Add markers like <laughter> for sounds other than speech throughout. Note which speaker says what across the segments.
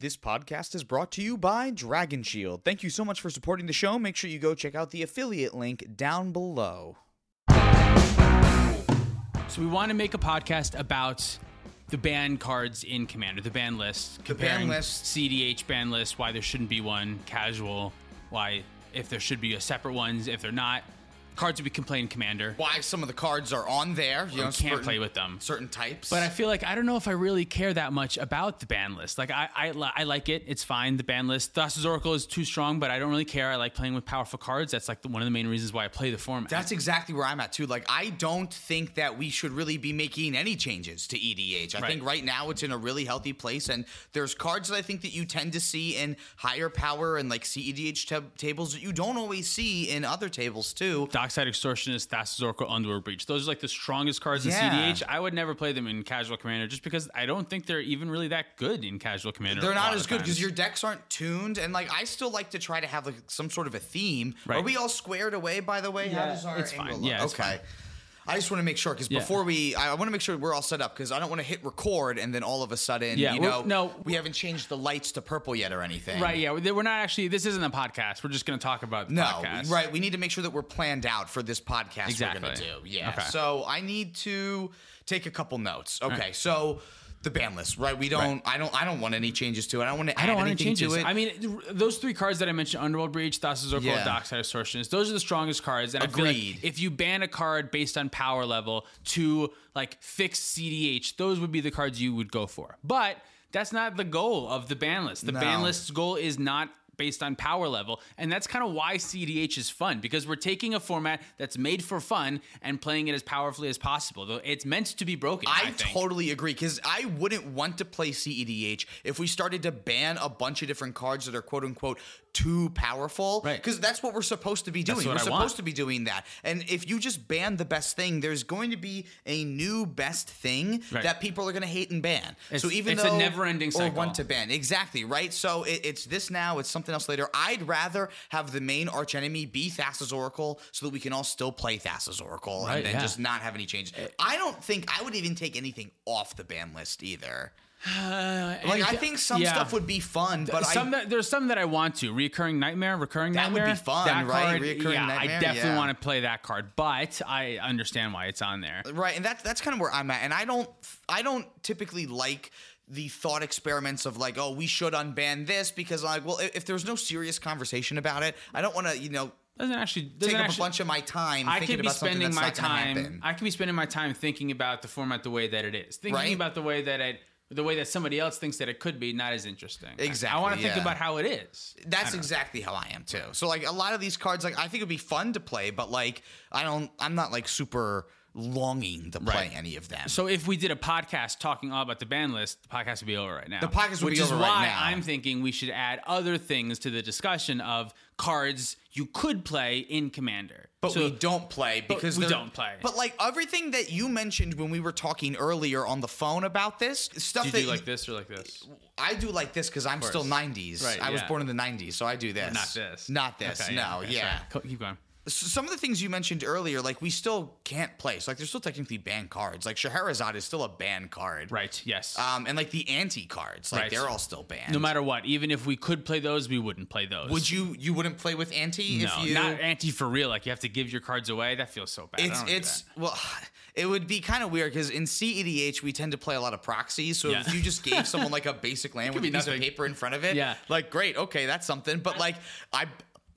Speaker 1: This podcast is brought to you by Dragon Shield. Thank you so much for supporting the show. Make sure you go check out the affiliate link down below.
Speaker 2: So we want to make a podcast about the ban cards in Commander, the ban list,
Speaker 1: The ban list.
Speaker 2: CDH ban list, why there shouldn't be one, casual, why if there should be a separate ones, if they're not, cards that we can play in Commander.
Speaker 1: Why some of the cards are on there? You
Speaker 2: We
Speaker 1: know,
Speaker 2: can't
Speaker 1: certain-
Speaker 2: play with them.
Speaker 1: Certain types.
Speaker 2: But I feel like I don't know if I really care that much about the ban list. Like I, I, li- I like it. It's fine. The ban list. Thassa's Oracle is too strong, but I don't really care. I like playing with powerful cards. That's like the, one of the main reasons why I play the format.
Speaker 1: that's exactly where I'm at too. Like I don't think that we should really be making any changes to EDH. I
Speaker 2: Right.
Speaker 1: think right now it's in a really healthy place, and there's cards that I think that you tend to see in higher power and like CEDH tab- tables that you don't always see in other tables too.
Speaker 2: Dockside Extortionist, Thassa's Oracle, Underwear Breach. Those are like the strongest cards in
Speaker 1: Yeah.
Speaker 2: CDH. I would never play them in Casual Commander just because I don't think they're even really that good in Casual Commander.
Speaker 1: They're
Speaker 2: a
Speaker 1: not
Speaker 2: lot
Speaker 1: as
Speaker 2: of
Speaker 1: good because
Speaker 2: times.
Speaker 1: your decks aren't tuned, and like I still like to try to have like some sort of a theme. Are
Speaker 2: Right.
Speaker 1: we all squared away? By the way, how
Speaker 2: Yeah,
Speaker 1: does our
Speaker 2: it's
Speaker 1: angle
Speaker 2: fine.
Speaker 1: look?
Speaker 2: Yeah, it's
Speaker 1: okay.
Speaker 2: fine.
Speaker 1: I just want to make sure because
Speaker 2: Yeah.
Speaker 1: before we, I want to make sure we're all set up because I don't want to hit record and then all of a sudden,
Speaker 2: Yeah,
Speaker 1: you
Speaker 2: we're-
Speaker 1: know,
Speaker 2: no.
Speaker 1: we haven't changed the lights to purple yet or anything.
Speaker 2: Right, yeah. We're we're not actually, this isn't a podcast. We're just going to talk about the
Speaker 1: No,
Speaker 2: podcast.
Speaker 1: right. We need to make sure that we're planned out for this podcast we're going to
Speaker 2: Exactly.
Speaker 1: do. Yeah.
Speaker 2: Okay.
Speaker 1: So I need to take a couple notes. Okay. So the ban list, right? We don't. I don't. I don't want any changes to it. I don't want to
Speaker 2: I
Speaker 1: add
Speaker 2: don't want to
Speaker 1: anything
Speaker 2: change
Speaker 1: to
Speaker 2: it.
Speaker 1: it.
Speaker 2: I mean, those three cards that I mentioned, Underworld Breach, Thassa's Oracle,
Speaker 1: Yeah.
Speaker 2: Dockside Extortionist, those are the strongest cards. And I feel
Speaker 1: Agreed.
Speaker 2: like if you ban a card based on power level to like fix CDH, those would be the cards you would go for. But that's not the goal of the ban list. The ban
Speaker 1: No.
Speaker 2: list's goal is not based on power level. And that's kind of why CDH is fun because we're taking a format that's made for fun and playing it as powerfully as possible. Though it's meant to be broken. I,
Speaker 1: I,
Speaker 2: think.
Speaker 1: totally agree because I wouldn't want to play CEDH if we started to ban a bunch of different cards that are quote unquote too powerful.
Speaker 2: Right.
Speaker 1: Because that's what we're supposed to be doing.
Speaker 2: what
Speaker 1: we're
Speaker 2: I
Speaker 1: supposed
Speaker 2: want.
Speaker 1: to be doing that. And if you just ban the best thing, there's going to be a new best thing
Speaker 2: Right.
Speaker 1: that people are going to hate and ban. so
Speaker 2: It's-
Speaker 1: even
Speaker 2: it's a
Speaker 1: though
Speaker 2: never-ending
Speaker 1: or
Speaker 2: cycle.
Speaker 1: want to ban exactly right. So it, it's this now. It's something else later. I'd rather have the main arch enemy be Thassa's Oracle so that we can all still play Thassa's Oracle
Speaker 2: Right,
Speaker 1: and then
Speaker 2: yeah. Eh.
Speaker 1: just not have any changes. I don't think I would even take anything off the ban list
Speaker 2: <sighs>
Speaker 1: either. Like I think some
Speaker 2: Uh, yeah.
Speaker 1: stuff would be fun, but
Speaker 2: some
Speaker 1: I
Speaker 2: that, there's some that I want to recurring nightmare, recurring
Speaker 1: That would
Speaker 2: nightmare.
Speaker 1: be fun, right?
Speaker 2: Card,
Speaker 1: Recurring
Speaker 2: yeah,
Speaker 1: Nightmare,
Speaker 2: I definitely
Speaker 1: yeah.
Speaker 2: want to play that card, but I understand why it's on there.
Speaker 1: right, and that's that's kind of where I'm at. And I don't I don't typically like the thought experiments of like, oh, we should unban this because like, well, if, if there's no serious conversation about it, I don't want to you know
Speaker 2: Doesn't actually doesn't
Speaker 1: take up
Speaker 2: actually,
Speaker 1: a bunch of my time
Speaker 2: I
Speaker 1: thinking
Speaker 2: could be
Speaker 1: about
Speaker 2: spending
Speaker 1: something
Speaker 2: my
Speaker 1: that's not gonna
Speaker 2: time.
Speaker 1: happen.
Speaker 2: I could be spending my time thinking about the format the way that it is, thinking
Speaker 1: Right.
Speaker 2: about the way that it, the way that somebody else thinks that it could be, not as interesting. I- I
Speaker 1: Exactly,
Speaker 2: want to think
Speaker 1: yeah.
Speaker 2: about how it is.
Speaker 1: That's exactly how I am too. So like a lot of these cards, like I think it'd be fun to play, but like I don't, I'm not like super longing to play any of them.
Speaker 2: So if we did a podcast talking all about the ban list, the podcast would be over right now. The
Speaker 1: podcast would
Speaker 2: which
Speaker 1: be
Speaker 2: is
Speaker 1: over right
Speaker 2: why
Speaker 1: now.
Speaker 2: I'm thinking we should add other things to the discussion of cards you could play in Commander.
Speaker 1: but
Speaker 2: So-
Speaker 1: we don't play because
Speaker 2: we
Speaker 1: they're-
Speaker 2: don't play.
Speaker 1: But like everything that you mentioned when we were talking earlier on the phone about this stuff
Speaker 2: Do you
Speaker 1: that
Speaker 2: do like this or like this?
Speaker 1: I do like this because I'm still 90s.
Speaker 2: Right,
Speaker 1: I was
Speaker 2: yeah.
Speaker 1: born in the 90s, so I do this.
Speaker 2: Not this.
Speaker 1: Not this.
Speaker 2: Okay,
Speaker 1: no.
Speaker 2: okay,
Speaker 1: yeah.
Speaker 2: sorry. Co- Keep going.
Speaker 1: S- some of the things you mentioned earlier, like we still can't play. So like there's still technically banned cards. Like Scheherazade is still a banned card.
Speaker 2: Right. Yes.
Speaker 1: Um, and like the anti cards, like
Speaker 2: Right.
Speaker 1: they're all still banned.
Speaker 2: no matter what, even if we could play those, we wouldn't play those.
Speaker 1: Would you you wouldn't play with anti
Speaker 2: No,
Speaker 1: if you
Speaker 2: not anti for real. Like you have to give your cards away. That feels so bad. I
Speaker 1: it's
Speaker 2: don't wanna do
Speaker 1: it's well <sighs> It would be kind of weird because in CEDH we tend to play a lot of proxies. So
Speaker 2: Yeah.
Speaker 1: if you just gave someone like a basic
Speaker 2: <laughs>
Speaker 1: land with a
Speaker 2: be
Speaker 1: piece of
Speaker 2: nothing.
Speaker 1: paper in front of it,
Speaker 2: Yeah.
Speaker 1: like great, okay, that's something. But like I,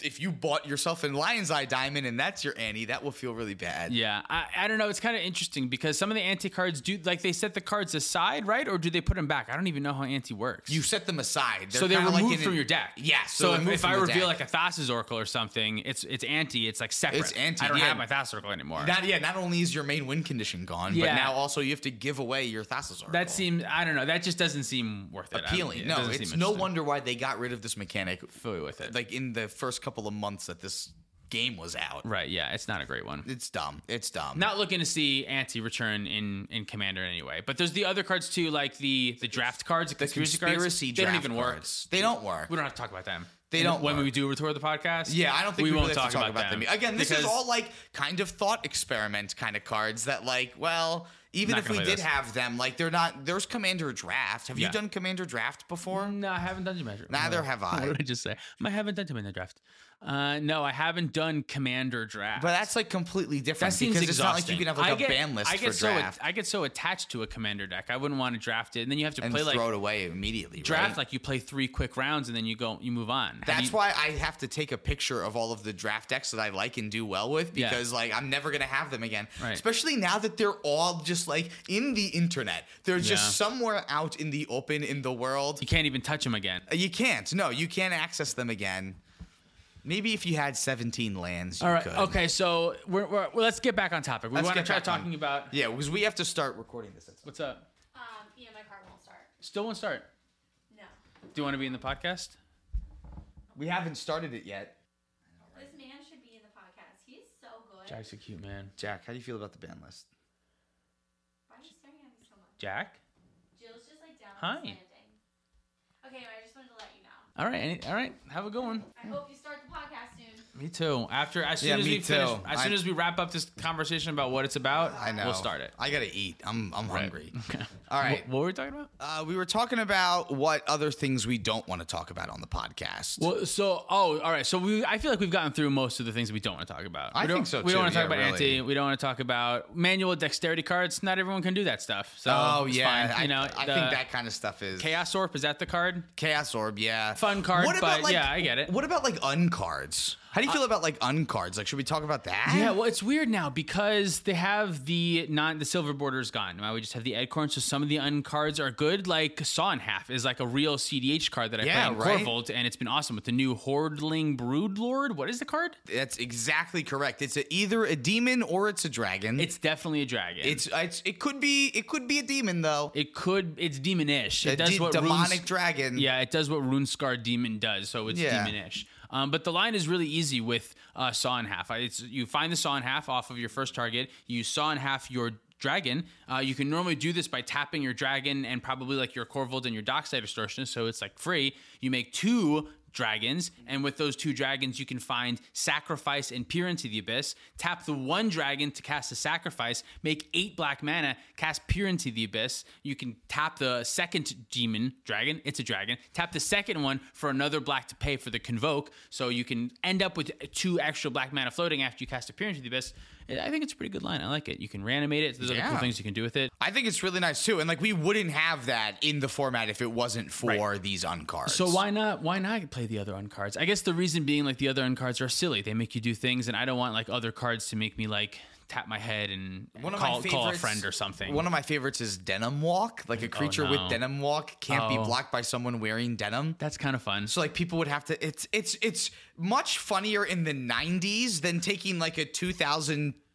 Speaker 1: if you bought yourself in Lion's Eye Diamond and that's your Annie, that will feel really bad.
Speaker 2: Yeah, I, I don't know. It's kind of interesting because some of the anti cards do like they set the cards aside, right? Or do they put them back? I don't even know how anti works.
Speaker 1: You set them aside.
Speaker 2: so they're
Speaker 1: kinda
Speaker 2: removed
Speaker 1: like in
Speaker 2: from
Speaker 1: an-
Speaker 2: your deck.
Speaker 1: Yeah.
Speaker 2: So,
Speaker 1: they're
Speaker 2: if,
Speaker 1: removed
Speaker 2: if
Speaker 1: from
Speaker 2: I
Speaker 1: the
Speaker 2: reveal
Speaker 1: deck.
Speaker 2: like a Thassa's Oracle or something, it's it's anti. It's like separate.
Speaker 1: It's anti,
Speaker 2: I don't
Speaker 1: yeah.
Speaker 2: have my Thassa's Oracle anymore.
Speaker 1: Not, yeah, not only is your main win condition gone, but
Speaker 2: Yeah.
Speaker 1: now also you have to give away your Thassa's Oracle.
Speaker 2: that seems. I don't know. That just doesn't seem worth it. I don't-
Speaker 1: appealing.
Speaker 2: it
Speaker 1: no,
Speaker 2: doesn't seem
Speaker 1: it's no
Speaker 2: interesting.
Speaker 1: wonder why they got rid of this mechanic
Speaker 2: Fully with it.
Speaker 1: like in the first couple of months that this game was out.
Speaker 2: Right. Yeah. It's not a great one.
Speaker 1: It's dumb. It's dumb.
Speaker 2: Not looking to see anti return in in Commander anyway. But there's the other cards too, like the the draft cards, the
Speaker 1: the
Speaker 2: conspiracy,
Speaker 1: conspiracy
Speaker 2: cards. They don't
Speaker 1: draft
Speaker 2: even work.
Speaker 1: cards. They don't work.
Speaker 2: We don't have to talk about them.
Speaker 1: They
Speaker 2: And
Speaker 1: don't
Speaker 2: When
Speaker 1: work.
Speaker 2: we do tour the podcast,
Speaker 1: Yeah, I don't think we,
Speaker 2: won't
Speaker 1: really
Speaker 2: talk,
Speaker 1: have to talk
Speaker 2: about, them.
Speaker 1: Again, this is
Speaker 2: Because-
Speaker 1: all like kind of thought experiment kind of cards that like, well, even
Speaker 2: Not
Speaker 1: if we
Speaker 2: gonna
Speaker 1: did
Speaker 2: play those.
Speaker 1: have them, like they're not there's Commander Draft. Have
Speaker 2: Yeah.
Speaker 1: you done Commander Draft before?
Speaker 2: No, I haven't done Commander.
Speaker 1: Neither
Speaker 2: no.
Speaker 1: have I.
Speaker 2: <laughs> What did I just say? I haven't done Commander draft. Uh, no, I haven't done Commander draft.
Speaker 1: But that's like completely different
Speaker 2: that seems
Speaker 1: because
Speaker 2: exhausting.
Speaker 1: it's not like you can have like
Speaker 2: I
Speaker 1: a
Speaker 2: get,
Speaker 1: ban list
Speaker 2: I get
Speaker 1: for
Speaker 2: so
Speaker 1: draft
Speaker 2: I get so attached to a Commander deck. I wouldn't want to draft it, and then you have to
Speaker 1: and
Speaker 2: play
Speaker 1: throw
Speaker 2: like
Speaker 1: it away immediately.
Speaker 2: draft.
Speaker 1: right?
Speaker 2: Like you play three quick rounds, and then you go, you move on. How do
Speaker 1: That's
Speaker 2: you-
Speaker 1: why I have to take a picture of all of the draft decks that I like and do well with
Speaker 2: Yeah.
Speaker 1: because like I'm never gonna have them again.
Speaker 2: Right.
Speaker 1: Especially now that they're all just like in the internet. They're just
Speaker 2: Yeah.
Speaker 1: somewhere out in the open in the world.
Speaker 2: you can't even touch them again.
Speaker 1: Uh, You can't. No, you can't access them again. Maybe if you had 17 lands, you
Speaker 2: All right.
Speaker 1: could.
Speaker 2: Okay. So we're, we're well, let's get back on topic. We
Speaker 1: Let's
Speaker 2: want to
Speaker 1: get
Speaker 2: try
Speaker 1: back on-
Speaker 2: talking about
Speaker 1: Yeah, because we have to start recording this.
Speaker 2: what's up.
Speaker 3: Um, yeah, my card won't start.
Speaker 2: Still won't start.
Speaker 3: No.
Speaker 2: Do you want to be in the podcast?
Speaker 1: We haven't started it yet.
Speaker 3: This man should be in the podcast. He's so good.
Speaker 2: Jack's a cute man.
Speaker 1: Jack, how do you feel about the ban list?
Speaker 3: Why are you staring at me so much?
Speaker 2: Jack.
Speaker 3: Jill's just like down
Speaker 2: Hi.
Speaker 3: on this landing. Okay, I just wanted to let you know.
Speaker 2: All right, any- all right. Have a good one.
Speaker 3: I hope you start the podcast soon.
Speaker 2: Me too. After as soon
Speaker 1: Yeah,
Speaker 2: as
Speaker 1: me
Speaker 2: we finish,
Speaker 1: too.
Speaker 2: as soon
Speaker 1: I-
Speaker 2: as we wrap up this conversation about what it's about,
Speaker 1: I know.
Speaker 2: we'll start it.
Speaker 1: I gotta eat. I'm I'm hungry.
Speaker 2: <laughs> Okay.
Speaker 1: All right.
Speaker 2: Wh- What were we talking about?
Speaker 1: Uh, we were talking about what other things we don't want to talk about on the podcast.
Speaker 2: Well, so oh, all right. So we, I feel like we've gotten through most of the things we don't want to talk about.
Speaker 1: I
Speaker 2: we don't,
Speaker 1: think so,
Speaker 2: We
Speaker 1: too.
Speaker 2: don't want to talk
Speaker 1: Yeah,
Speaker 2: about
Speaker 1: really.
Speaker 2: anti. We don't want to talk about manual dexterity cards. Not everyone can do that stuff. So
Speaker 1: oh
Speaker 2: it's
Speaker 1: yeah,
Speaker 2: fine.
Speaker 1: I,
Speaker 2: you know,
Speaker 1: I
Speaker 2: the
Speaker 1: think that kind of stuff is
Speaker 2: chaos orb is that the card?
Speaker 1: Chaos orb. Yeah,
Speaker 2: Fun card, but yeah, I get it. Uh,
Speaker 1: What about like uncards? How do you feel about like uncards? Like, should we talk about that?
Speaker 2: Yeah, well, it's weird now because they have the non the silver borders gone. Now we just have the Edcorn. So some of the uncards are good. Like Saw in Half is like a real CDH card that I
Speaker 1: Yeah,
Speaker 2: play in
Speaker 1: right.
Speaker 2: Corvold, and it's been awesome with the new Hordling Broodlord. What is the card?
Speaker 1: that's exactly correct. It's a, either a demon or it's a dragon.
Speaker 2: It's definitely a dragon.
Speaker 1: it's it's it could be it could be a demon though.
Speaker 2: it could it's demonish.
Speaker 1: a
Speaker 2: It does
Speaker 1: de-
Speaker 2: what
Speaker 1: demonic
Speaker 2: runes,
Speaker 1: dragon.
Speaker 2: Yeah, it does what Runescar Demon does, so it's
Speaker 1: Yeah.
Speaker 2: demonish. Um, but the line is really easy with uh, saw in half. Uh, It's you find the saw in half off of your first target. You saw in half your dragon. Uh, you can normally do this by tapping your dragon and probably like your Corvold and your Dockside Distortionist, so it's like free. You make two dragons, and with those two dragons, you can find Sacrifice and Peer into the Abyss. Tap the one dragon to cast a sacrifice, make eight black mana, cast Peer into the Abyss. You can tap the second demon dragon, it's a dragon, tap the second one for another black to pay for the Convoke, so you can end up with two extra black mana floating after you cast a Peer into the Abyss. I think it's a pretty good line. I like it. You can reanimate it. There's other
Speaker 1: Yeah.
Speaker 2: cool things you can do with it.
Speaker 1: I think it's really nice too, and like we wouldn't have that in the format if it wasn't for these uncards.
Speaker 2: So why not? Why not play the other uncards? I guess the reason being like the other uncards are silly. They make you do things, and I don't want like other cards to make me like tap my head and
Speaker 1: One of my
Speaker 2: call, call a
Speaker 1: favorites-
Speaker 2: friend or something. Oh,
Speaker 1: One of my favorites is Denim Walk. Like a creature
Speaker 2: no.
Speaker 1: with Denim Walk can't be
Speaker 2: Oh.
Speaker 1: blocked by someone wearing denim.
Speaker 2: That's kind of fun.
Speaker 1: So like people would have to. It's it's it's much funnier in the '90s than taking like a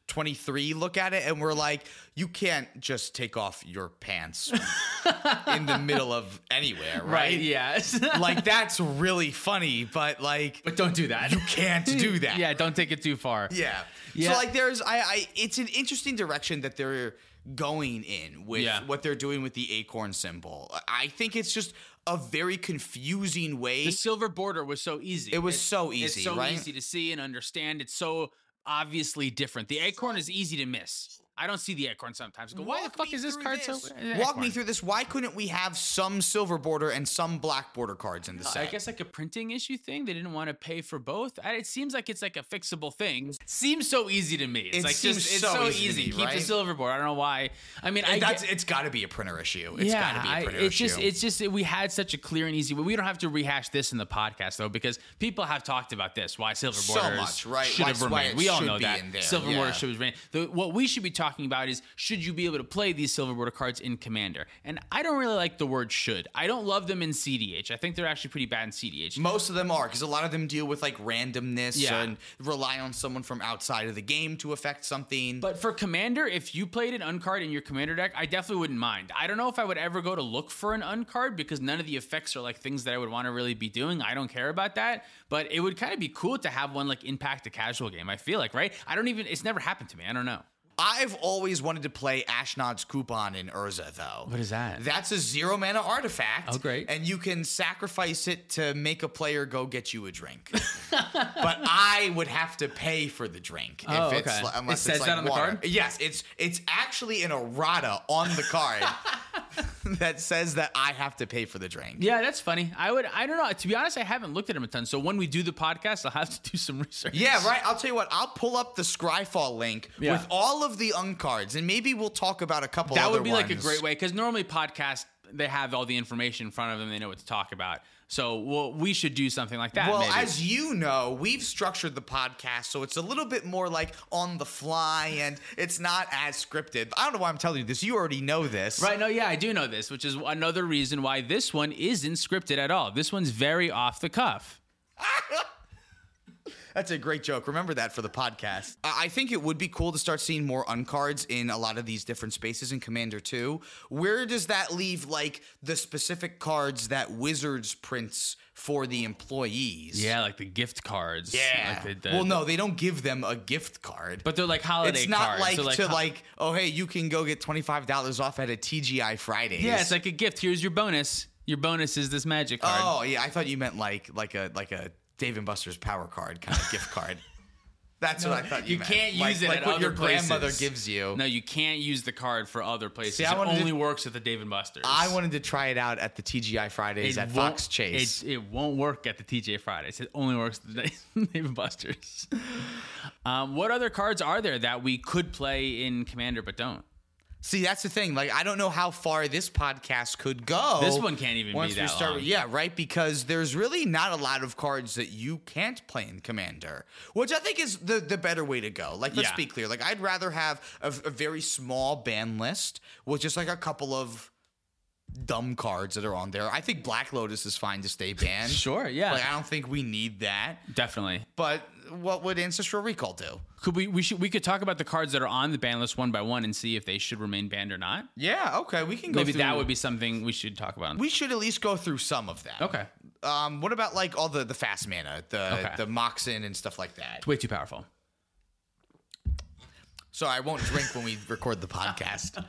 Speaker 1: 2023 look at it, and we're like, you can't just take off your pants in the middle of
Speaker 2: <laughs>
Speaker 1: anywhere, right?
Speaker 2: Yes.
Speaker 1: <laughs> Like that's really funny, but like,
Speaker 2: but don't do that.
Speaker 1: you can't
Speaker 2: <laughs>
Speaker 1: do that.
Speaker 2: yeah. Don't take it too far.
Speaker 1: Yeah.
Speaker 2: Yeah.
Speaker 1: So like there's I, I it's an interesting direction that they're going in with
Speaker 2: Yeah.
Speaker 1: what they're doing with the acorn symbol. I think it's just a very confusing way.
Speaker 2: The silver border was so easy.
Speaker 1: It was so
Speaker 2: It's
Speaker 1: easy,
Speaker 2: so
Speaker 1: right?
Speaker 2: easy to see and understand. It's so obviously different. The acorn is easy to miss. I don't see the acorn sometimes. I go, why the fuck
Speaker 1: me
Speaker 2: is this
Speaker 1: through
Speaker 2: card so?
Speaker 1: this.
Speaker 2: Yeah,
Speaker 1: Walk me
Speaker 2: acorn.
Speaker 1: through this. Why couldn't we have some silver border and some black border cards in the
Speaker 2: I
Speaker 1: set?
Speaker 2: guess like a printing issue thing. They didn't want to pay for both. I- It seems like it's like a fixable thing. Seems so easy to me. It's
Speaker 1: It
Speaker 2: like
Speaker 1: seems
Speaker 2: just it's
Speaker 1: so
Speaker 2: so
Speaker 1: easy to
Speaker 2: easy.
Speaker 1: me,
Speaker 2: Keep the
Speaker 1: right?
Speaker 2: silver board. I don't know why. I mean, I
Speaker 1: And
Speaker 2: get,
Speaker 1: that's, it's got to be a printer issue. It's got to be
Speaker 2: I-
Speaker 1: a printer
Speaker 2: it's
Speaker 1: issue.
Speaker 2: just it's just that we had such a clear and easy way. We don't have to rehash this in the podcast though, because people have talked about this. Why silver
Speaker 1: So
Speaker 2: borders
Speaker 1: much, right?
Speaker 2: should
Speaker 1: Why-
Speaker 2: have
Speaker 1: why
Speaker 2: remained.
Speaker 1: it
Speaker 2: We all
Speaker 1: should
Speaker 2: know
Speaker 1: be
Speaker 2: that
Speaker 1: in there,
Speaker 2: silver
Speaker 1: yeah.
Speaker 2: border should have remained. The, what we should be talking about is should you be able to play these silver border cards in Commander? And I don't really like the word should. I don't love them in CDH. I think they're actually pretty bad in CDH.
Speaker 1: Most of them are because a lot of them deal with like randomness
Speaker 2: Yeah.
Speaker 1: and rely on someone from outside of the game to affect something.
Speaker 2: But for commander, if you played an uncard in your commander deck, I definitely wouldn't mind. I don't know if I would ever go to look for an uncard because none of the effects are like things that I would want to really be doing. I don't care about that. But it would kind of be cool to have one like impact a casual game. I feel like right. I don't even. It's never happened to me. I don't know.
Speaker 1: I've always wanted to play Ashnod's Coupon in Urza, though.
Speaker 2: What is that?
Speaker 1: That's a zero mana artifact.
Speaker 2: Oh, great.
Speaker 1: And you can sacrifice it to make a player go get you a
Speaker 2: <laughs>
Speaker 1: drink. but I would have to pay for the drink.
Speaker 2: Oh,
Speaker 1: if it's,
Speaker 2: okay.
Speaker 1: li-
Speaker 2: It
Speaker 1: Unless
Speaker 2: says
Speaker 1: it's like
Speaker 2: that on the
Speaker 1: water.
Speaker 2: card?
Speaker 1: Yes, it's it's actually an errata on the
Speaker 2: <laughs>
Speaker 1: card that says that I have to pay for the drink.
Speaker 2: Yeah, that's funny. I would. I don't know. To be honest, I haven't looked at them a ton. So when we do the podcast, I'll have to <laughs> do some research.
Speaker 1: Yeah, right. I'll tell you what. I'll pull up the Scryfall link
Speaker 2: Yeah.
Speaker 1: with all of the uncards, and maybe we'll talk about a couple.
Speaker 2: That
Speaker 1: other
Speaker 2: would be like a
Speaker 1: ones.
Speaker 2: great way because normally podcasts they have all the information in front of them. They know what to talk about. So well, we should do something like that.
Speaker 1: Well,
Speaker 2: maybe.
Speaker 1: as you know, we've structured the podcast so it's a little bit more like on the fly and it's not as scripted. I don't know why I'm telling you this. You already know this.
Speaker 2: Right. No, yeah, I do know this, which is another reason why this one isn't scripted at all. This one's very off the cuff.
Speaker 1: That's a great joke. Remember that for the podcast. I I think it would be cool to start seeing more uncards in a lot of these different spaces in Commander 2. Where does that leave like the specific cards that Wizards prints for the employees?
Speaker 2: Yeah, like the gift cards.
Speaker 1: Yeah.
Speaker 2: Like the, the,
Speaker 1: well, no, they don't give them a gift card.
Speaker 2: but they're like holiday
Speaker 1: it's not
Speaker 2: cards.
Speaker 1: like,
Speaker 2: They're
Speaker 1: to
Speaker 2: ho-
Speaker 1: like oh hey you can go get $25 off at a tgi fridays
Speaker 2: yeah, it's like a gift. Here's your bonus. Your bonus is this magic card.
Speaker 1: oh yeah i thought you meant like like a like a dave and buster's power card kind of gift
Speaker 2: <laughs>
Speaker 1: card that's what i thought you,
Speaker 2: You
Speaker 1: meant.
Speaker 2: can't use
Speaker 1: like,
Speaker 2: it
Speaker 1: like
Speaker 2: at
Speaker 1: what
Speaker 2: other
Speaker 1: your grandmother
Speaker 2: places.
Speaker 1: gives you
Speaker 2: No, you can't use the card for other places.
Speaker 1: See, I
Speaker 2: it
Speaker 1: wanted to-
Speaker 2: only works at the Dave and Buster's.
Speaker 1: i wanted to try it out at the tgi fridays
Speaker 2: It
Speaker 1: at
Speaker 2: won't-
Speaker 1: fox chase
Speaker 2: It, it won't work at the TJ Fridays. It only works at the <laughs> Dave and Buster's. Um, what other cards are there that we could play in Commander but don't?
Speaker 1: see that's the thing like i don't know how far this podcast could go
Speaker 2: This one can't even be
Speaker 1: once we
Speaker 2: that
Speaker 1: start
Speaker 2: long.
Speaker 1: yeah right because there's really not a lot of cards that you can't play in commander which i think is the, the better way to go like let's
Speaker 2: Yeah.
Speaker 1: be clear like i'd rather have a, a very small ban list with just like a couple of dumb cards that are on there i think black lotus is fine to stay banned
Speaker 2: <laughs> Sure, yeah.
Speaker 1: like i don't think we need that
Speaker 2: Definitely.
Speaker 1: but what would ancestral recall do
Speaker 2: Could we we should we could talk about the cards that are on the ban list one by one and see if they should remain banned or not.
Speaker 1: yeah okay we can go
Speaker 2: Maybe that
Speaker 1: through-
Speaker 2: would be something we should talk about.
Speaker 1: we should at least go through some of them
Speaker 2: okay.
Speaker 1: um what about like all the the fast mana the
Speaker 2: Okay.
Speaker 1: the moxin and stuff like that
Speaker 2: Way too powerful.
Speaker 1: So I won't drink when we record the podcast.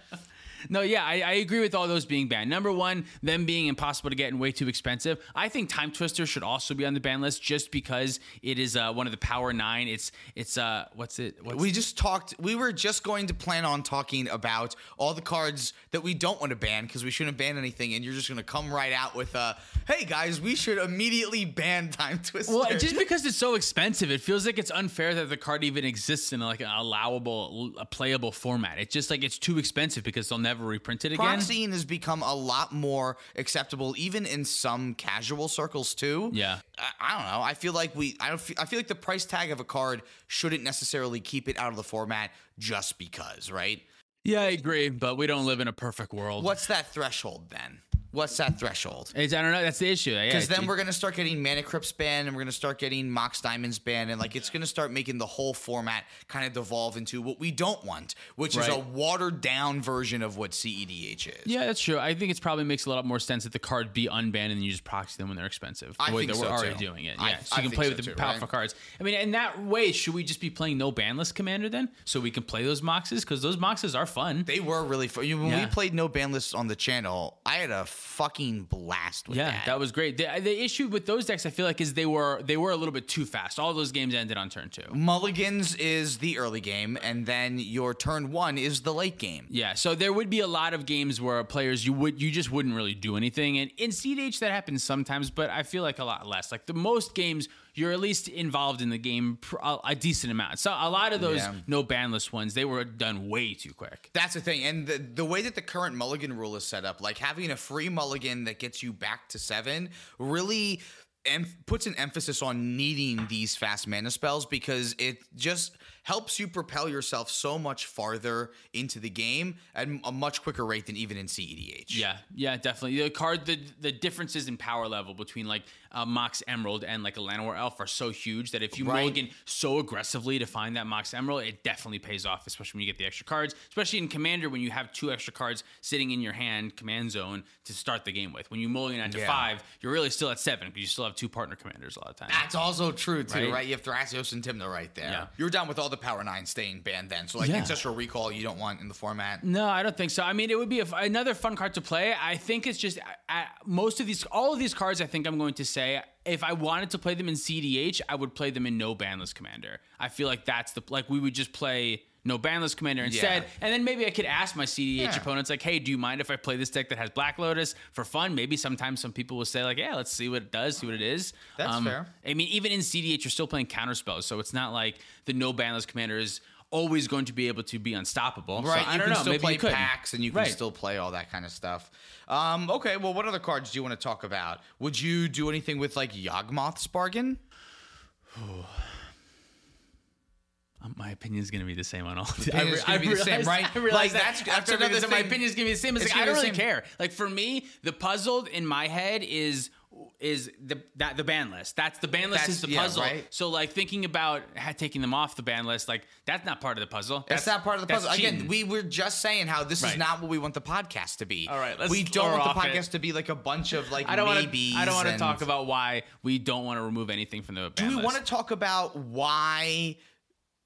Speaker 2: No, yeah, I, I agree with all those being banned. Number one, them being impossible to get and way too expensive. I think Time Twister should also be on the ban list just because it is uh, one of the Power Nine. It's it's uh what's it? What's
Speaker 1: We just talked. We were just going to plan on talking about all the cards that we don't want to ban because we shouldn't ban anything, and you're just going to come right out with, uh, "Hey guys, we should immediately ban Time Twister." <laughs>
Speaker 2: Well, just because it's so expensive, it feels like it's unfair that the card even exists in like an allowable, a playable format. It's just like it's too expensive because they'll never reprint it again.
Speaker 1: Proxying has become a lot more acceptable, even in some casual circles too.
Speaker 2: Yeah.
Speaker 1: I, I don't know. I feel like we. I don't. Feel, I feel like the price tag of a card shouldn't necessarily keep it out of the format just because, right?
Speaker 2: Yeah, I agree, but we don't live in a perfect world.
Speaker 1: What's that threshold then? What's that threshold?
Speaker 2: It's, I don't know. That's the issue. Yeah,
Speaker 1: Because then
Speaker 2: it-
Speaker 1: we're gonna start getting Mana Crypts banned, and we're gonna start getting Mox Diamonds banned, and like it's gonna start making the whole format kind of devolve into what we don't want, which is a
Speaker 2: Right.
Speaker 1: watered down version of what CEDH is.
Speaker 2: Yeah, that's true. I think it probably makes a lot more sense that the card be unbanned and you just proxy them when they're expensive. The
Speaker 1: I
Speaker 2: way
Speaker 1: think
Speaker 2: that we're
Speaker 1: so,
Speaker 2: already
Speaker 1: too.
Speaker 2: doing it. Yeah,
Speaker 1: I-
Speaker 2: so
Speaker 1: I
Speaker 2: you can
Speaker 1: think
Speaker 2: play
Speaker 1: so,
Speaker 2: with the
Speaker 1: too,
Speaker 2: powerful
Speaker 1: right?
Speaker 2: cards. I mean, in that way, should we just be playing no banless commander then, so we can play those moxes because those moxes are fun.
Speaker 1: They were really fun. You- When
Speaker 2: Yeah.
Speaker 1: we played No Ban Lists on the channel, I had a fucking blast with
Speaker 2: Yeah,
Speaker 1: that.
Speaker 2: that was great. The, the issue with those decks, I feel like, is they were they were a little bit too fast. All those games ended on turn two.
Speaker 1: Mulligans is the early game, and then your turn one is the late game.
Speaker 2: Yeah, so there would be a lot of games where players you would you just wouldn't really do anything, and in CDH that happens sometimes, but I feel like a lot less. Like the most games, you're at least involved in the game pr- a, a decent amount. So a lot of those
Speaker 1: Yeah.
Speaker 2: no banless ones, they were done way too quick.
Speaker 1: That's the thing, and the, the way that the current mulligan rule is set up, like having a free mulligan that gets you back to seven, really em- puts an emphasis on needing these fast mana spells because it just helps you propel yourself so much farther into the game at a much quicker rate than even in E CEDH.
Speaker 2: Yeah, yeah, definitely. The card, the the differences in power level between like a Mox Emerald and like a Llanowar Elf are so huge that if you
Speaker 1: Right.
Speaker 2: mulligan so aggressively to find that Mox Emerald, it definitely pays off, especially when you get the extra cards. Especially in Commander, when you have two extra cards sitting in your hand, Command Zone to start the game with. When you mulligan out to
Speaker 1: Yeah.
Speaker 2: five, you're really still at seven because you still have two partner commanders a lot of times.
Speaker 1: That's also true too,
Speaker 2: Right?
Speaker 1: right? You have Thrasios and Timna right there.
Speaker 2: Yeah.
Speaker 1: You're down with all the power nine staying banned then, so like
Speaker 2: Yeah.
Speaker 1: ancestral recall you don't want in the format.
Speaker 2: No, I don't think so. I mean, it would be a f another fun card to play. I think it's just I, I, most of these, all of these cards. I think I'm going to say if I wanted to play them in CDH, I would play them in no banless commander. I feel like that's the like we would just play no banless commander instead,
Speaker 1: Yeah.
Speaker 2: and then maybe I could ask my CDH
Speaker 1: Yeah.
Speaker 2: opponents like, hey, do you mind if I play this deck that has Black Lotus for fun? Maybe sometimes some people will say like, yeah, let's see what it does, see what it is. Um,
Speaker 1: That's fair.
Speaker 2: I mean, even in CDH, you're still playing counter spells, so it's not like the no banless commander is always going to be able to be unstoppable. So
Speaker 1: Right,
Speaker 2: I
Speaker 1: you
Speaker 2: don't
Speaker 1: can
Speaker 2: know.
Speaker 1: still
Speaker 2: maybe
Speaker 1: play
Speaker 2: you could.
Speaker 1: packs and you can
Speaker 2: Right.
Speaker 1: still play all that kind of stuff. Um, okay, well, what other cards do you want to talk about? Would you do anything with like Yawgmoth's Bargain? Uh,
Speaker 2: Um, my opinion is going to be the same on all. of these.
Speaker 1: opinion's gonna be the same, <laughs>
Speaker 2: realized-
Speaker 1: right?
Speaker 2: I realize
Speaker 1: Like,
Speaker 2: that.
Speaker 1: that's- that's
Speaker 2: after
Speaker 1: another
Speaker 2: another My
Speaker 1: thing.
Speaker 2: opinion is going to be the same. It's
Speaker 1: It's
Speaker 2: like, I
Speaker 1: gonna
Speaker 2: don't
Speaker 1: be the
Speaker 2: really
Speaker 1: same.
Speaker 2: care. Like for me, the puzzled in my head is is the that the ban list. That's the ban list
Speaker 1: That's-
Speaker 2: is the
Speaker 1: yeah,
Speaker 2: puzzle.
Speaker 1: right.
Speaker 2: So like thinking about ha- taking them off the ban list, like that's not part of the puzzle.
Speaker 1: That's, not part of the
Speaker 2: that's
Speaker 1: puzzle. Again,
Speaker 2: cheating.
Speaker 1: we were just saying how this is
Speaker 2: Right.
Speaker 1: not what we want the podcast to be.
Speaker 2: All right, let's
Speaker 1: we don't
Speaker 2: lure
Speaker 1: want the
Speaker 2: off it.
Speaker 1: podcast to be like a bunch of like
Speaker 2: I don't want
Speaker 1: maybes.
Speaker 2: to. I don't want to
Speaker 1: and-
Speaker 2: talk about why we don't want to remove anything from the.
Speaker 1: Do we want to talk about why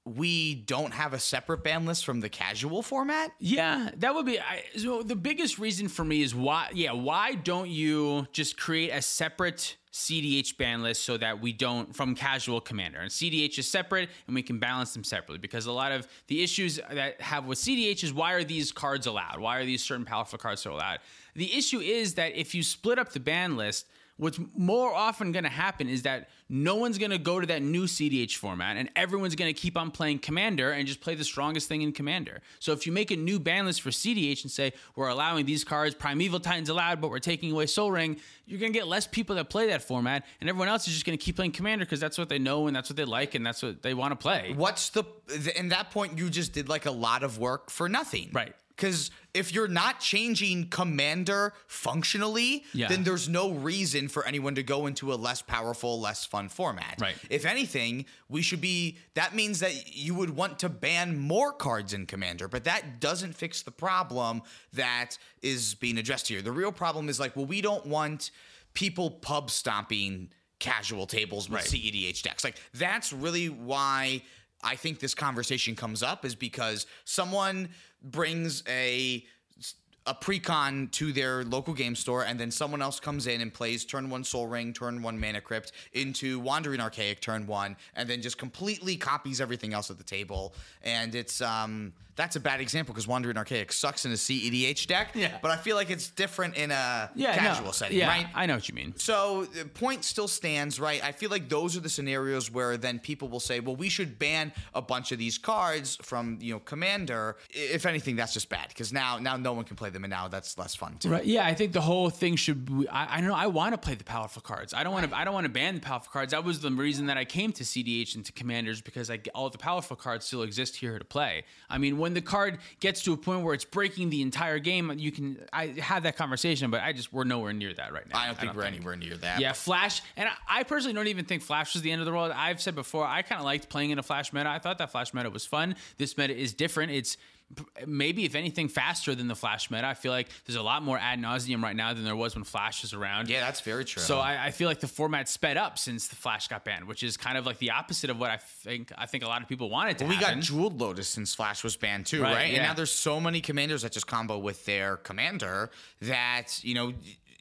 Speaker 1: we don't have a separate ban list from the casual format?
Speaker 2: Yeah, that would be. I, so the biggest reason for me is why. Yeah, why don't you just create a separate CDH ban list so that we don't from casual commander and CDH is separate and we can balance them separately because a lot of the issues that have with CDH is why are these cards allowed? Why are these certain powerful cards so allowed? The issue is that if you split up the ban list, what's more often going to happen is that no one's going to go to that new CDH format and everyone's going to keep on playing Commander and just play the strongest thing in Commander. So if you make a new ban list for CDH and say, we're allowing these cards, Primeval Titan's allowed, but we're taking away Soul Ring, you're going to get less people that play that format and everyone else is just going to keep playing Commander because that's what they know and that's what they like and that's what they want to play.
Speaker 1: What's the th- in that point you just did like a lot of work for nothing.
Speaker 2: Right.
Speaker 1: Cuz if you're not changing commander functionally,
Speaker 2: Yeah.
Speaker 1: then there's no reason for anyone to go into a less powerful, less fun format.
Speaker 2: Right.
Speaker 1: If anything, we should be that means that you would want to ban more cards in commander, but that doesn't fix the problem that is being addressed here. The real problem is like, well, we don't want people pub stomping casual tables with
Speaker 2: Right.
Speaker 1: CEDH decks. Like that's really why I think this conversation comes up is because someone brings a a precon to their local game store, and then someone else comes in and plays turn one Soul Ring, turn one Mana Crypt into Wandering Archaic, turn one, and then just completely copies everything else at the table. And it's um that's a bad example because Wandering Archaic sucks in a CEDH deck.
Speaker 2: Yeah.
Speaker 1: but I feel like it's different in a
Speaker 2: Yeah, no,
Speaker 1: casual setting,
Speaker 2: yeah,
Speaker 1: right?
Speaker 2: I know what you mean.
Speaker 1: So the point still stands, right? I feel like those are the scenarios where then people will say, "Well, we should ban a bunch of these cards from you know Commander." I- If anything, that's just bad because now now no one can play them, and now that's less fun too.
Speaker 2: Right. Yeah, I think the whole thing should. Be, I, I don't know. I want to play the powerful cards. I don't want to. I don't want to ban the powerful cards. That was the reason that I came to CDH and to Commanders because I all the powerful cards still exist here to play. I mean, when the card gets to a point where it's breaking the entire game, you can. I have that conversation, but I just we're nowhere near that right now.
Speaker 1: I don't think we're anywhere near that.
Speaker 2: Yeah, Flash, and I- I personally don't even think Flash was the end of the world. I've said before, I kind of liked playing in a Flash meta. I thought that Flash meta was fun. This meta is different. It's p- maybe, if anything, faster than the Flash meta. I feel like there's a lot more ad nauseum right now than there was when Flash was around.
Speaker 1: yeah, that's very true.
Speaker 2: So I, I feel like the format sped up since the Flash got banned, which is kind of like the opposite of what I think. I think a lot of people wanted to.
Speaker 1: we got
Speaker 2: happen.
Speaker 1: Jeweled Lotus since Flash was banned too, right?
Speaker 2: Right,
Speaker 1: And
Speaker 2: yeah.
Speaker 1: now there's so many commanders that just combo with their commander that you know.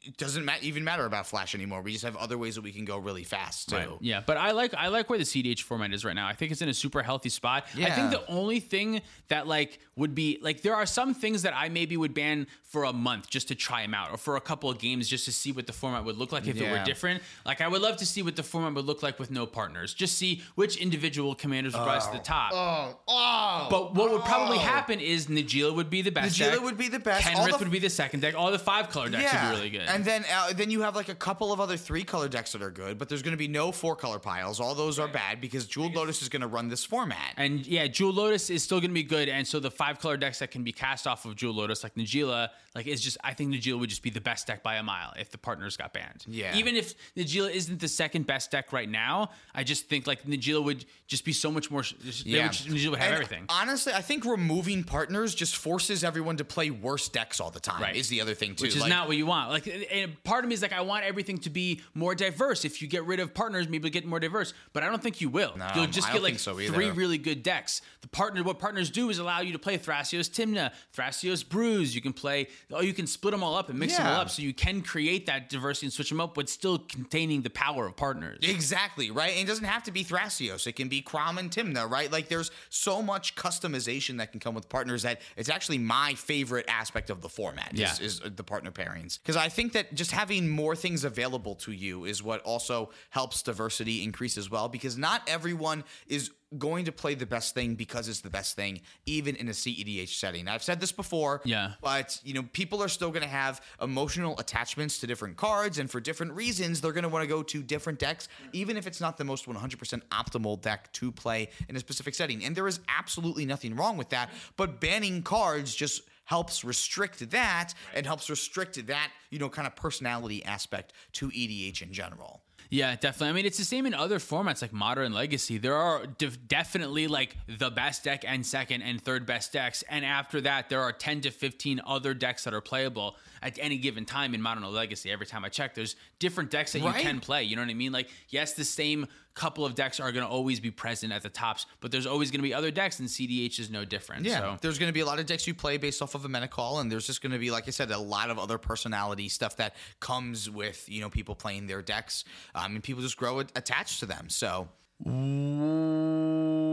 Speaker 1: it doesn't ma- even matter about Flash anymore. We just have other ways that we can go really fast too.
Speaker 2: Yeah, but I like I like where the CDH format is right now. I think it's in a super healthy spot. I
Speaker 1: Yeah.
Speaker 2: think the only thing that like would be like there are some things that I maybe would ban for a month just to try them out, or for a couple of games just to see what the format would look like if it were
Speaker 1: Yeah.
Speaker 2: different. Like I would love to see what the format would look like with no partners. Just see which individual commanders would rise to the top.
Speaker 1: Oh, oh.
Speaker 2: But what would probably
Speaker 1: oh.
Speaker 2: happen is Najila would be the best.
Speaker 1: Najila
Speaker 2: deck.
Speaker 1: would be the best. All
Speaker 2: Kenrith
Speaker 1: the-
Speaker 2: would be the second deck. All the five color decks would be really good.
Speaker 1: And then uh, then you have like a couple of other three color decks that are good, but there's going to be no four color piles. All those are bad because Jewel Lotus is going to run this format.
Speaker 2: And yeah, Jewel Lotus is still going to be good. And so the five color decks that can be cast off of Jewel Lotus, like Najila, like is just, I think Najila would just be the best deck by a mile if the partners got banned.
Speaker 1: Yeah.
Speaker 2: Even if Najila isn't the second best deck right now, I just think like Najila would just be so much more, yeah.
Speaker 1: yeah,
Speaker 2: would, just- Najila would have
Speaker 1: And
Speaker 2: everything.
Speaker 1: Honestly, I think removing partners just forces everyone to play worse decks all the time.
Speaker 2: Right.
Speaker 1: Is the other thing too,
Speaker 2: which is
Speaker 1: Like,
Speaker 2: not what you want. Like, and- and part of me is like, I want everything to be more diverse. If you get rid of partners, maybe you'll get more diverse. But I don't think you will.
Speaker 1: No,
Speaker 2: You'll just
Speaker 1: I
Speaker 2: get
Speaker 1: don't
Speaker 2: like
Speaker 1: think so either.
Speaker 2: three really good decks. The partner, what partners do is allow you to play Thrasios Timna, Thrasios Bruise. You can play. Oh, you can split them all up and mix them
Speaker 1: Yeah.
Speaker 2: all up, so you can create that diversity and switch them up, but still containing the power of partners.
Speaker 1: Exactly, right? And it doesn't have to be Thrasios. It can be Krom and Timna, right? Like there's so much customization that can come with partners that it's actually my favorite aspect of the format
Speaker 2: Yeah.
Speaker 1: is, is the partner pairings. Because I think that just having more things available to you is what also helps diversity increase as well, because not everyone is going to play the best thing because it's the best thing, even in a CEDH setting. I've said this before.
Speaker 2: Yeah.
Speaker 1: But you know, people are still going to have emotional attachments to different cards, and for different reasons, they're going to want to go to different decks, even if it's not the most 100% optimal deck to play in a specific setting. And there is absolutely nothing wrong with that. But banning cards just helps restrict that and helps restrict that you know kind of personality aspect to EDH in general.
Speaker 2: Yeah, definitely. I mean, it's the same in other formats like Modern and Legacy. There are def- definitely like the best deck and second and third best decks, and after that, there are ten to fifteen other decks that are playable at any given time in Modern and Legacy. Every time I check, there's different decks that you
Speaker 1: Right.
Speaker 2: can play. You know what I mean? Like, yes, the same couple of decks are going to always be present at the tops, but there's always going to be other decks, and CDH is no different. so.
Speaker 1: there's going to be a lot of decks you play based off of a meta call, and there's just going to be, like I said, a lot of other personality stuff that comes with you know people playing their decks, um, and people just grow a- attached to them. So,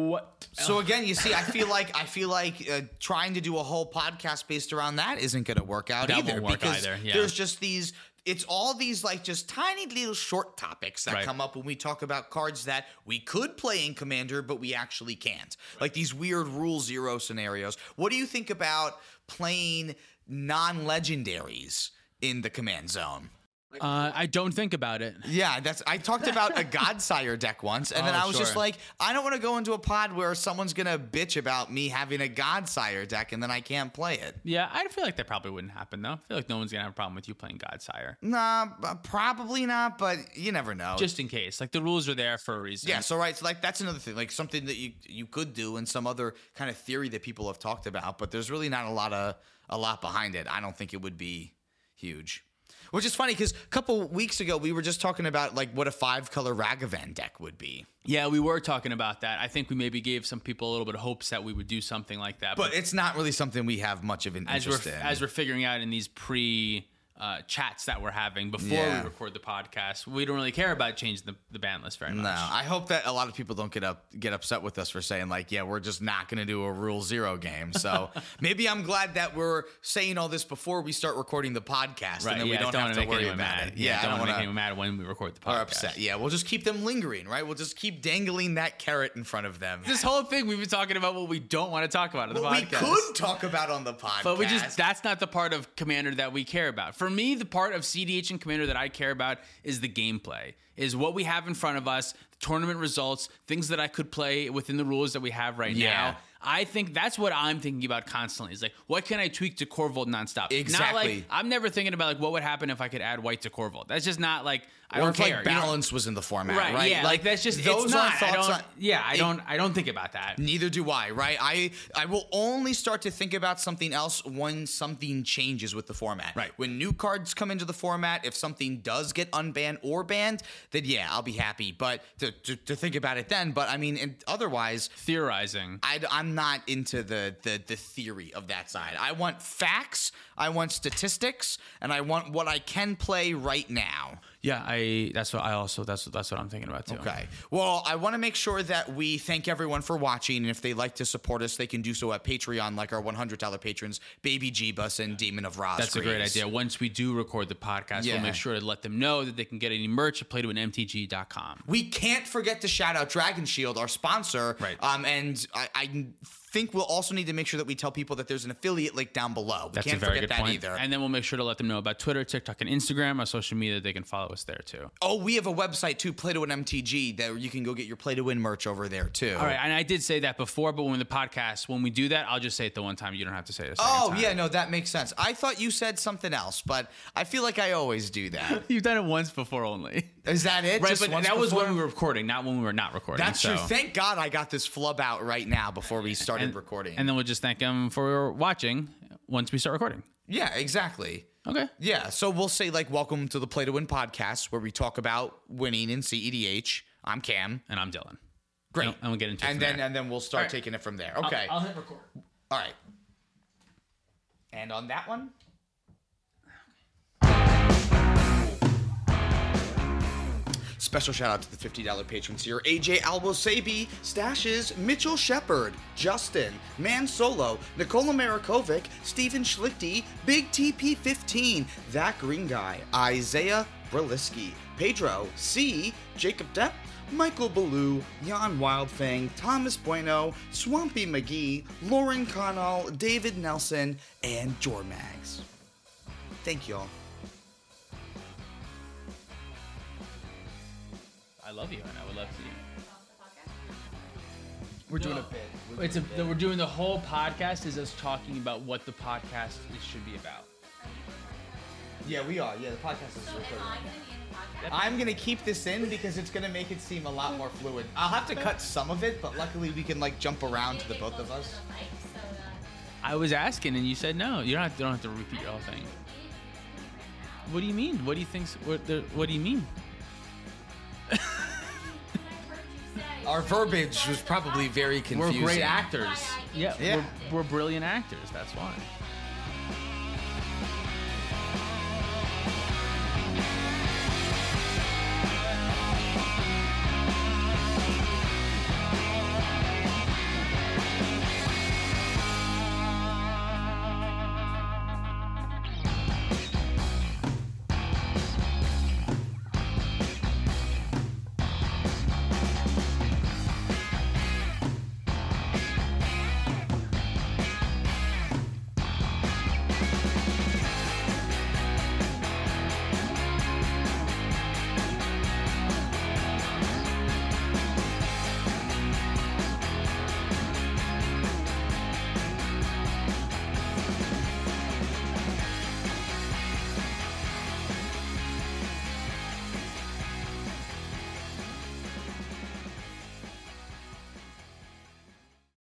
Speaker 2: What?
Speaker 1: so again, you see, I feel like I feel like uh, trying to do a whole podcast based around that isn't going to work out
Speaker 2: That
Speaker 1: either
Speaker 2: won't work
Speaker 1: because
Speaker 2: either, yeah.
Speaker 1: there's just these. It's all these like just tiny little short topics that
Speaker 2: Right.
Speaker 1: come up when we talk about cards that we could play in Commander, but we actually can't. Like these weird rule zero scenarios. What do you think about playing non legendaries in the command zone?
Speaker 2: Uh, I don't think about it.
Speaker 1: Yeah, that's. I talked
Speaker 2: <laughs>
Speaker 1: about a Godsire deck once, and then
Speaker 2: Oh,
Speaker 1: I was just
Speaker 2: sure.
Speaker 1: like, I don't want to go into a pod where someone's gonna bitch about me having a Godsire deck, and then I can't play it.
Speaker 2: Yeah, I feel like that probably wouldn't happen though. I feel like no one's gonna have a problem with you playing Godsire.
Speaker 1: Nah, b- probably not, but you never know.
Speaker 2: just in case. Like the rules are there for a reason.
Speaker 1: yeah, so right, so like that's another thing, like something that you you could do, and some other kind of theory that people have talked about, but there's really not a lot of a lot behind it. I don't think it would be huge. Which is funny because a couple weeks ago we were just talking about like what a five color Ragavan deck would be.
Speaker 2: Yeah, we were talking about that. I think we maybe gave some people a little bit of hopes that we would do something like that.
Speaker 1: But it's not really something we have much of an
Speaker 2: as we're
Speaker 1: interest in.
Speaker 2: as we're figuring out in these pre uh, chats that we're having before
Speaker 1: Yeah.
Speaker 2: we record the podcast, we don't really care about changing the, the ban list very much.
Speaker 1: no, I hope that a lot of people don't get up get upset with us for saying like, yeah, we're just not going to do a rule zero game.
Speaker 2: <laughs>
Speaker 1: So maybe I'm glad that we're saying all this before we start recording the podcast,
Speaker 2: Right,
Speaker 1: and then
Speaker 2: yeah,
Speaker 1: we don't,
Speaker 2: wanna
Speaker 1: have to
Speaker 2: make
Speaker 1: worry
Speaker 2: anyone
Speaker 1: about
Speaker 2: mad.
Speaker 1: it. Yeah, I
Speaker 2: don't,
Speaker 1: don't
Speaker 2: want to make
Speaker 1: want
Speaker 2: anyone mad when we record the podcast.
Speaker 1: to upset. Yeah, we'll just keep them lingering, right? We'll just keep dangling that carrot in front of them. <laughs>
Speaker 2: This whole thing we've been talking about what we don't want to talk about on the
Speaker 1: What we
Speaker 2: podcast.
Speaker 1: could talk about on the podcast,
Speaker 2: <laughs> But we just that's not the part of Commander that we care about. For me, the part of CDH and Commander that I care about is the gameplay, is what we have in front of us, the tournament results, things that I could play within the rules that we have right
Speaker 1: Yeah.
Speaker 2: now. I think that's what I'm thinking about constantly. Is like, what can I tweak to Corvold nonstop? Not like
Speaker 1: Exactly.
Speaker 2: I'm never thinking about like what would happen if I could add white to Corvold. That's just not like I
Speaker 1: or
Speaker 2: don't
Speaker 1: if
Speaker 2: care.
Speaker 1: like
Speaker 2: you know?
Speaker 1: balance was in the format,
Speaker 2: right?
Speaker 1: right?
Speaker 2: Yeah, like, that's just those it's
Speaker 1: are
Speaker 2: not, I don't,
Speaker 1: on-
Speaker 2: yeah, I
Speaker 1: It-
Speaker 2: don't. I don't think about that.
Speaker 1: Neither do I, right? I I will only start to think about something else when something changes with the format.
Speaker 2: Right.
Speaker 1: When new cards come into the format, if something does get unbanned or banned, then yeah, I'll be happy. But to, to, to think about it then, but I mean, and otherwise,
Speaker 2: Theorizing.
Speaker 1: I, am I'm not into the the the theory of that side. I want facts, I want statistics, and I want what I can play right now.
Speaker 2: Yeah, I. That's what I also. That's that's what I'm thinking about too.
Speaker 1: Okay. Well, I want to make sure that we thank everyone for watching. And if they like to support us, they can do so at Patreon, like our $100 patrons, Baby G Bus and Demon of Roz.
Speaker 2: That's a great
Speaker 1: Graves.
Speaker 2: idea. Once we do record the podcast,
Speaker 1: Yeah.
Speaker 2: we'll make sure to let them know that they can get any merch at playtoanmtg.com.
Speaker 1: We can't forget to shout out Dragon Shield, our sponsor.
Speaker 2: Right.
Speaker 1: Um, and I, I think we'll also need to make sure that we tell people that there's an affiliate link down below. We
Speaker 2: That's
Speaker 1: can't
Speaker 2: a very
Speaker 1: forget
Speaker 2: good
Speaker 1: that
Speaker 2: point.
Speaker 1: either.
Speaker 2: And then we'll make sure to let them know about Twitter, TikTok, and Instagram, our social media. They can follow us there too.
Speaker 1: oh, we have a website too, Play to Win MTG, that you can go get your Play to Win merch over there too.
Speaker 2: All right, and I did say that before, but when the podcast, when we do that, I'll just say it the one time. You don't have to say it. A second
Speaker 1: Oh,
Speaker 2: time.
Speaker 1: yeah, no, that makes sense. I thought you said something else, but I feel like I always do that.
Speaker 2: You've done it once before only.
Speaker 1: Is that it?
Speaker 2: Right,
Speaker 1: Just
Speaker 2: but that
Speaker 1: once
Speaker 2: was
Speaker 1: before?
Speaker 2: when we were recording, not when we were not recording.
Speaker 1: That's
Speaker 2: so.
Speaker 1: true. Thank God I got this flub out right now before we started recording.
Speaker 2: And then we'll just thank them for watching once we start recording.
Speaker 1: yeah, exactly.
Speaker 2: Okay.
Speaker 1: Yeah, so we'll say like welcome to the Play to Win podcast where we talk about winning in CEDH. I'm Cam.
Speaker 2: And I'm Dylan.
Speaker 1: Great.
Speaker 2: And, and we'll get into it.
Speaker 1: And
Speaker 2: from
Speaker 1: then
Speaker 2: there.
Speaker 1: and then we'll start
Speaker 2: right.
Speaker 1: taking it from there. Okay.
Speaker 2: I'll hit record.
Speaker 1: All right. And on that one, Special shout out to the $50 patrons here AJ Albosabi, Stashes, Mitchell Shepard, Justin, Man Solo, Nikola Marikovic, Steven Schlichty, Big TP15, That Green Guy, Isaiah Breliski, Pedro C, Jacob Depp, Michael Ballou, Jan Wildfang, Thomas Bueno, Swampy McGee, Lauren Connell, David Nelson, and Jormags. Thank y'all.
Speaker 2: I love you, and I would love to.
Speaker 1: We're doing
Speaker 2: No.
Speaker 1: a bit.
Speaker 2: It's a, we're doing the whole podcast is us talking about what the podcast is- should be about.
Speaker 1: Yeah, we are. Yeah, the podcast is
Speaker 3: So am I gonna be in the podcast?
Speaker 1: I'm gonna keep this in because it's gonna make it seem a lot more fluid. I'll have to cut some of it, but luckily we can like jump around to the
Speaker 3: Get
Speaker 1: both of
Speaker 3: closer to
Speaker 1: us.
Speaker 3: the mic so that-
Speaker 2: I was asking, and you said no. You don't have, you don't have to repeat your whole thing. What do you mean? What do you think? What, the, what do you mean?
Speaker 3: When I heard you say-
Speaker 1: Our verbiage was probably very confusing.
Speaker 2: We're great actors.
Speaker 3: Why I
Speaker 2: Yeah,
Speaker 1: Yeah.
Speaker 2: We're, we're brilliant actors. That's why.